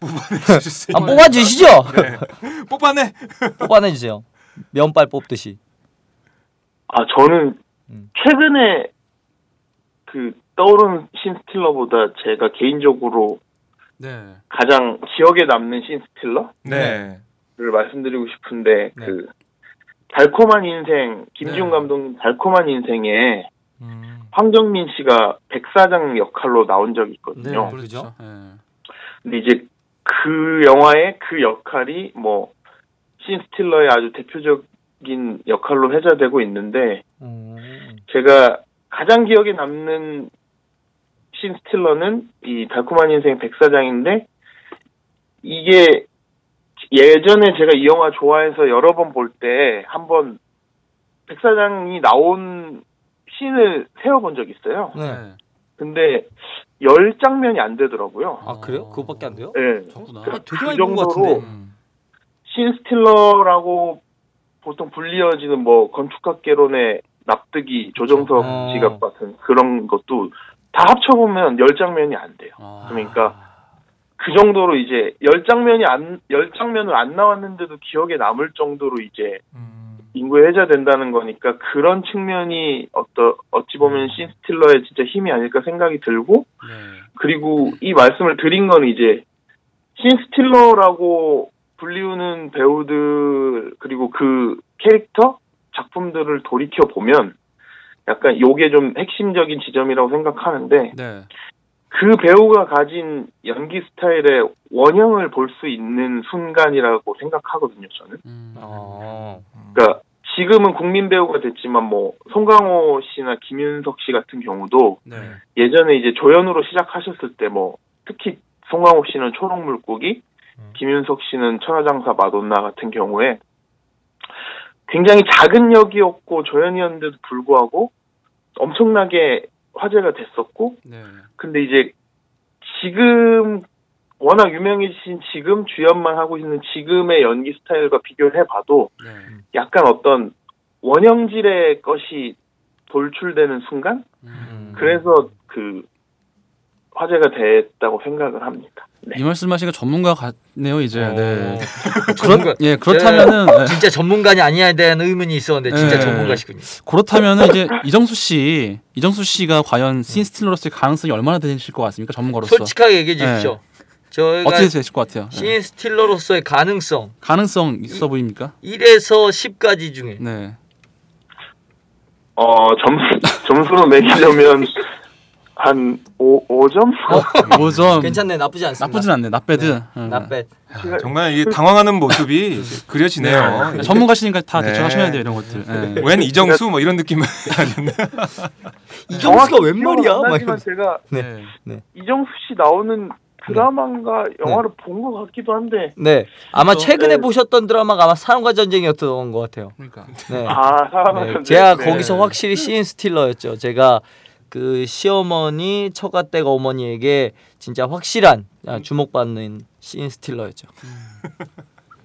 [SPEAKER 5] 뽑아내주세요.
[SPEAKER 6] 아, 뽑아주시죠.
[SPEAKER 5] 네. 뽑아내.
[SPEAKER 6] 뽑아내 주세요. 면발 뽑듯이.
[SPEAKER 8] 아 저는
[SPEAKER 7] 음.
[SPEAKER 8] 최근에 그 떠오른 신 스틸러보다 제가 개인적으로
[SPEAKER 7] 네.
[SPEAKER 8] 가장 기억에 남는 신 스틸러?
[SPEAKER 5] 네.
[SPEAKER 8] 를 말씀드리고 싶은데
[SPEAKER 7] 네.
[SPEAKER 8] 그 달콤한 인생 김지훈 감독님 달콤한 인생에
[SPEAKER 7] 음.
[SPEAKER 8] 황정민 씨가 백사장 역할로 나온 적이 있거든요.
[SPEAKER 7] 그렇죠.
[SPEAKER 8] 근데 이제 그 영화의 그 역할이 뭐 신스틸러의 아주 대표적인 역할로 회자되고 있는데
[SPEAKER 6] 음.
[SPEAKER 8] 제가 가장 기억에 남는 신스틸러는 이 달콤한 인생 백사장인데 이게 예전에 제가 이 영화 좋아해서 여러 번 볼 때 한번 백사장이 나온 씬을 세어본 적이 있어요.
[SPEAKER 6] 네.
[SPEAKER 8] 근데 열 장면이 안 되더라고요.
[SPEAKER 6] 아 그래요? 그것밖에 안 돼요?
[SPEAKER 8] 예.
[SPEAKER 6] 아, 되게 많이 본것 같은데.
[SPEAKER 8] 신스틸러라고 보통 불리어지는 뭐 건축학개론의 납득이 조정석 지갑 같은 그런 것도 다 합쳐보면 열 장면이 안 돼요.
[SPEAKER 7] 아,
[SPEAKER 8] 그러니까 그 정도로 이제 열 장면이 안열 장면은 안 나왔는데도 기억에 남을 정도로 이제
[SPEAKER 5] 음.
[SPEAKER 8] 인구에 해자된다는 거니까 그런 측면이 어떠 어찌 보면 신스틸러의 진짜 힘이 아닐까 생각이 들고
[SPEAKER 7] 네.
[SPEAKER 8] 그리고 이 말씀을 드린 건 이제 신스틸러라고 불리우는 배우들 그리고 그 캐릭터 작품들을 돌이켜 보면 약간 요게 좀 핵심적인 지점이라고 생각하는데
[SPEAKER 7] 네.
[SPEAKER 8] 그 배우가 가진 연기 스타일의 원형을 볼 수 있는 순간이라고 생각하거든요 저는
[SPEAKER 7] 음.
[SPEAKER 6] 아,
[SPEAKER 8] 그러니까 지금은 국민 배우가 됐지만 뭐 송강호 씨나 김윤석 씨 같은 경우도
[SPEAKER 7] 네.
[SPEAKER 8] 예전에 이제 조연으로 시작하셨을 때 뭐 특히 송강호 씨는 초록 물고기, 김윤석 씨는 천하장사 마돈나 같은 경우에 굉장히 작은 역이었고 조연이었는데도 불구하고 엄청나게 화제가 됐었고
[SPEAKER 7] 네.
[SPEAKER 8] 근데 이제 지금 워낙 유명해지신 지금 주연만 하고 있는 지금의 연기 스타일과 비교를 해봐도
[SPEAKER 7] 네.
[SPEAKER 8] 약간 어떤 원형질의 것이 돌출되는 순간 음.
[SPEAKER 6] 음.
[SPEAKER 8] 그래서 그 화제가 됐다고 생각을 합니다. 네.
[SPEAKER 7] 이 말씀하시니까 전문가 같네요 이제.
[SPEAKER 6] 어.
[SPEAKER 7] 네.
[SPEAKER 6] 전문가.
[SPEAKER 7] 그렇, 예 그렇다면은
[SPEAKER 6] 진짜 전문가니 아니냐에 대한 의문이 있었는데 진짜
[SPEAKER 7] 예.
[SPEAKER 6] 전문가시군요.
[SPEAKER 7] 그렇다면은 이제 이정수 씨 이정수 씨가 과연 신스틸러로서의 가능성이 얼마나 되실 것 같습니까 전문가로서?
[SPEAKER 6] 솔직하게 얘기해 주십시오. 저희가
[SPEAKER 7] 네. 어떻게 되실 것 같아요? 예.
[SPEAKER 6] 시인 스틸러로서의 가능성
[SPEAKER 7] 가능성 있어 보입니까?
[SPEAKER 6] 1에서 10까지 중에
[SPEAKER 7] 네.
[SPEAKER 8] 어 점수 점수로 매기려면 한 5, 오점
[SPEAKER 6] 어?
[SPEAKER 7] 5점.
[SPEAKER 6] 괜찮네 나쁘지 않습니다.
[SPEAKER 7] 어? 나쁘진 않네. 네. 나빼드.
[SPEAKER 6] 나빼.
[SPEAKER 5] 정말 이 당황하는 모습이 이제
[SPEAKER 6] 어,
[SPEAKER 5] 그려지네요. 예.
[SPEAKER 7] 네. 전문가시니까 다 대처하셔야 돼요, 이런 것들. 네.
[SPEAKER 5] 웬 이정수 뭐 이런 느낌은 아니었나?
[SPEAKER 6] 이정수가 웬 말이야? 막
[SPEAKER 8] 네. 하지만
[SPEAKER 6] 이러면서.
[SPEAKER 8] 제가
[SPEAKER 6] 네. 네.
[SPEAKER 8] 이정수 씨 나오는 드라마인가 영화를 본 것 같기도 한데
[SPEAKER 6] 네. 아마
[SPEAKER 8] 그래서-
[SPEAKER 6] 최근에
[SPEAKER 8] 네.
[SPEAKER 6] 보셨던 드라마가 아마 사랑과 전쟁이었던 것 같아요. 그러니까. 네.
[SPEAKER 8] 아, 사랑과 전쟁.
[SPEAKER 6] 제가
[SPEAKER 8] 네.
[SPEAKER 6] 거기서 확실히 시인 스틸러였죠. 제가 그 시어머니 처가댁 어머니에게 진짜 확실한 아, 주목받는 시인 스틸러였죠.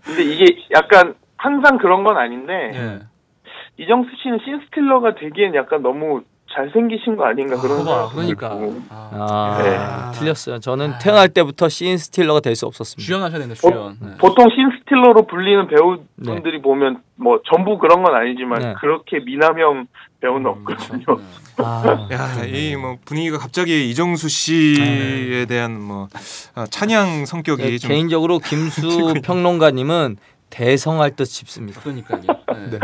[SPEAKER 8] 근데 이게 약간 항상 그런 건 아닌데
[SPEAKER 6] 네.
[SPEAKER 7] 예.
[SPEAKER 8] 이정수 씨는 신스틸러가 되기엔 약간 너무 잘생기신 거 아닌가 그런
[SPEAKER 6] 그거,
[SPEAKER 8] 생각
[SPEAKER 6] 그러니까.
[SPEAKER 8] 들고.
[SPEAKER 6] 아,
[SPEAKER 8] 네.
[SPEAKER 6] 틀렸어요. 저는
[SPEAKER 5] 아.
[SPEAKER 6] 태어날 때부터 씬 스틸러가 될 수 없었습니다.
[SPEAKER 7] 주연하셔야 되는데 주연. 네.
[SPEAKER 8] 보통 신스틸러로 불리는 배우분들이 보면 뭐 전부 그런 건 아니지만
[SPEAKER 6] 네.
[SPEAKER 8] 그렇게 미남형
[SPEAKER 5] 음,
[SPEAKER 8] 배우는 없거든요.
[SPEAKER 5] 그렇죠.
[SPEAKER 6] 아,
[SPEAKER 5] 야, 이 뭐 분위기가 갑자기 이정수
[SPEAKER 8] 네.
[SPEAKER 5] 씨에 대한 뭐 아, 찬양 성격이
[SPEAKER 6] 네,
[SPEAKER 5] 좀
[SPEAKER 6] 개인적으로 김수 평론가님은 대성할 듯 싶습니다.
[SPEAKER 7] 그러니까요.
[SPEAKER 5] 네.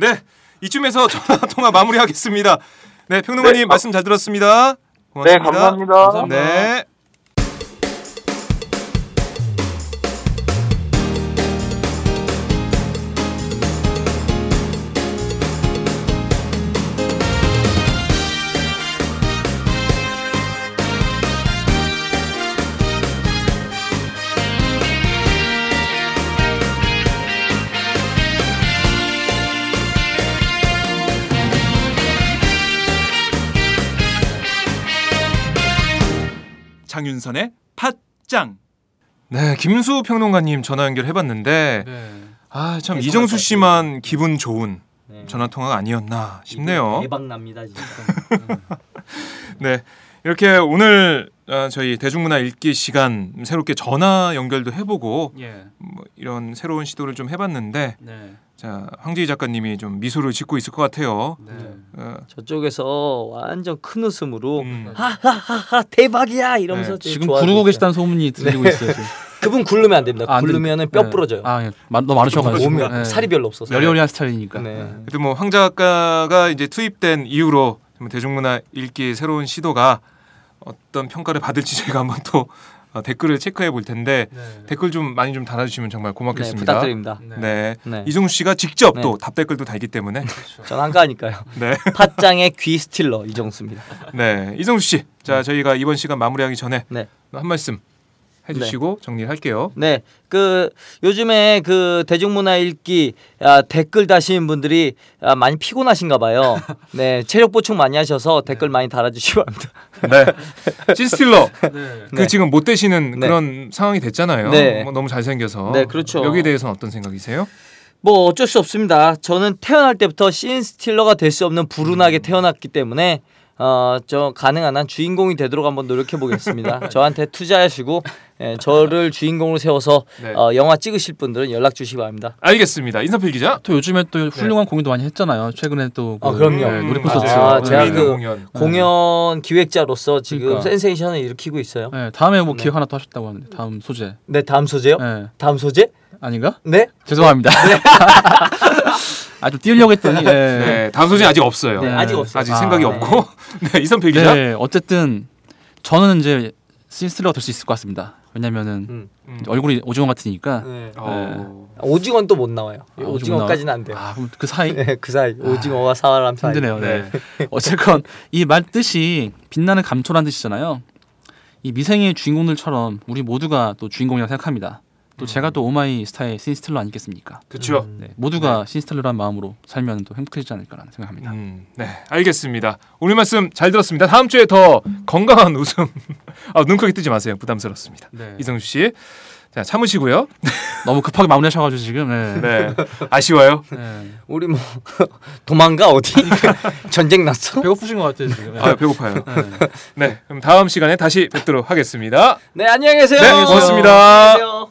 [SPEAKER 5] 네, 이쯤에서 전화 통화 마무리하겠습니다. 네, 평론가님
[SPEAKER 8] 네, 아-
[SPEAKER 5] 말씀 잘 들었습니다. 고맙습니다.
[SPEAKER 8] 네, 감사합니다.
[SPEAKER 5] 네.
[SPEAKER 8] 감사합니다.
[SPEAKER 9] 장윤선의 팥짱.
[SPEAKER 5] 네, 김수 평론가님 전화 연결해봤는데
[SPEAKER 7] 네.
[SPEAKER 5] 아
[SPEAKER 8] 네,
[SPEAKER 5] 참 이정수 씨만 기분 좋은 전화 통화가 아니었나 싶네요.
[SPEAKER 6] 네. 대박 납니다 진짜.
[SPEAKER 5] 네, 이렇게 오늘 어, 저희 대중문화 읽기 시간 새롭게 전화 연결도 해보고
[SPEAKER 7] 예.
[SPEAKER 5] 뭐 이런 새로운 시도를 좀 해봤는데
[SPEAKER 7] 네.
[SPEAKER 5] 자 황지희 작가님이 좀 미소를 짓고 있을 것 같아요. 어,
[SPEAKER 6] 네. 저쪽에서 완전 큰 웃음으로 하하하하 대박이야 이러면서
[SPEAKER 7] 네,
[SPEAKER 6] 되게
[SPEAKER 7] 지금
[SPEAKER 6] 좋아하고
[SPEAKER 7] 구르고
[SPEAKER 6] 있어요.
[SPEAKER 7] 계시다는 소문이 들리고 있어요, 지금.
[SPEAKER 6] 그분 굴르면 안 됩니다.
[SPEAKER 7] 아, 안
[SPEAKER 6] 굴르면은
[SPEAKER 7] 됩니다.
[SPEAKER 6] 뼈
[SPEAKER 7] 네.
[SPEAKER 6] 부러져요.
[SPEAKER 7] 아, 예. 마- 너무 많으셔가지고.
[SPEAKER 6] 몸이
[SPEAKER 7] 예.
[SPEAKER 6] 살이 별로 없어서. 네,
[SPEAKER 7] 여리여리한 스타일이니까. 네.
[SPEAKER 5] 그래도 뭐 황 작가가 이제 투입된 이후로 좀 대중문화 읽기 새로운 시도가 어떤 평가를 받을지 저희가 한번 또 어, 댓글을 체크해 볼 텐데 댓글 좀 많이 좀 달아주시면 정말 고맙겠습니다.
[SPEAKER 6] 네, 부탁드립니다.
[SPEAKER 5] 네,
[SPEAKER 6] 네. 네.
[SPEAKER 5] 이종수 씨가 직접
[SPEAKER 6] 네.
[SPEAKER 5] 또 답 댓글도 달기 때문에
[SPEAKER 6] 전 한가하니까요.
[SPEAKER 5] 네.
[SPEAKER 6] 팥장의 귀 스틸러 이정수입니다.
[SPEAKER 5] 네 이성수 씨, 자 저희가 이번 시간 마무리하기 전에
[SPEAKER 6] 네.
[SPEAKER 5] 한 말씀 해주시고 정리할게요.
[SPEAKER 6] 네, 그 요즘에 그 대중문화 읽기 아, 댓글 다시는 분들이 아, 많이 피곤하신가 봐요. 네, 체력 보충 많이 하셔서 댓글
[SPEAKER 7] 네.
[SPEAKER 6] 많이 달아주시기 바랍니다.
[SPEAKER 5] 네, 찐스틸러
[SPEAKER 6] 네.
[SPEAKER 5] 그 지금 못 되시는
[SPEAKER 6] 네.
[SPEAKER 5] 그런 상황이 됐잖아요.
[SPEAKER 6] 네.
[SPEAKER 5] 뭐 너무 잘생겨서
[SPEAKER 6] 네, 그렇죠.
[SPEAKER 5] 여기에 대해서는 어떤 생각이세요?
[SPEAKER 6] 뭐 어쩔 수 없습니다. 저는 태어날 때부터 씬 스틸러가 될 수 없는 불운하게
[SPEAKER 7] 음.
[SPEAKER 6] 태어났기 때문에 어, 저 가능한 한 주인공이 되도록 한번 노력해
[SPEAKER 7] 네.
[SPEAKER 6] 보겠습니다. 저한테 투자하시고 예, 저를 주인공으로 세워서
[SPEAKER 5] 네.
[SPEAKER 6] 어, 영화 찍으실 분들은 연락 주시기 바랍니다.
[SPEAKER 5] 알겠습니다. 인사필 기자.
[SPEAKER 7] 또 요즘에 또 훌륭한 공연도 많이 했잖아요. 최근에 또 그,
[SPEAKER 6] 아 그럼요.
[SPEAKER 7] 네, 우리 콘서트.
[SPEAKER 6] 아, 제가
[SPEAKER 7] 네.
[SPEAKER 6] 그 공연, 기획자로서 지금
[SPEAKER 7] 그러니까.
[SPEAKER 6] 센세이션을 일으키고 있어요.
[SPEAKER 7] 네, 다음에 뭐 기획 하나 또 하셨다고 하는데 다음 소재.
[SPEAKER 6] 네 다음 소재요? 다음 소재?
[SPEAKER 7] 아닌가?
[SPEAKER 6] 네.
[SPEAKER 7] 죄송합니다. 아좀 띄우려고 했더니. 예.
[SPEAKER 5] 네, 다음 소재 아직 없어요.
[SPEAKER 7] 네.
[SPEAKER 5] 아직 생각이
[SPEAKER 7] 아,
[SPEAKER 5] 없고. 네, 이선필 기자.
[SPEAKER 7] 네, 어쨌든 저는 이제 신스틸러가 될 수 있을 것 같습니다. 왜냐면은
[SPEAKER 6] 음.
[SPEAKER 7] 이제 얼굴이 오징어 같으니까.
[SPEAKER 6] 네.
[SPEAKER 7] 어.
[SPEAKER 6] 아, 오징어는 또 못 나와요.
[SPEAKER 7] 아,
[SPEAKER 6] 오징어까지는 안 돼요.
[SPEAKER 7] 아, 그럼 그 사이?
[SPEAKER 6] 네, 그 사이 오징어와 사람 사이.
[SPEAKER 7] 힘드네요. 네. 어쨌건 이 말 뜻이 빛나는 감초란 뜻이잖아요. 이 미생의 주인공들처럼 우리 모두가 또 주인공이라 고 생각합니다.
[SPEAKER 6] 음.
[SPEAKER 7] 또 제가 또 오마이 스타의 신스틸러 아니겠습니까?
[SPEAKER 5] 그렇죠.
[SPEAKER 7] 네, 모두가 신스틸러란 마음으로 살면 또 행복해지지 않을까라는 생각합니다.
[SPEAKER 5] 네, 알겠습니다. 오늘 말씀 잘 들었습니다. 다음 주에 더 건강한 웃음. 아, 눈 크게 뜨지 마세요. 부담스럽습니다.
[SPEAKER 7] 네.
[SPEAKER 5] 이성주 씨. 자, 참으시고요.
[SPEAKER 7] 너무 급하게 마무리하셔가지고 지금. 네.
[SPEAKER 5] 네. 아쉬워요.
[SPEAKER 6] 우리 뭐 도망가 어디?
[SPEAKER 7] 아,
[SPEAKER 6] 전쟁 났어?
[SPEAKER 7] 배고프신 것 같아요 지금.
[SPEAKER 5] 아, 배고파요. 네. 그럼 다음 시간에 다시 뵙도록 하겠습니다.
[SPEAKER 6] 네 안녕히 계세요.
[SPEAKER 5] 네, 고맙습니다.
[SPEAKER 6] 안녕히 계세요.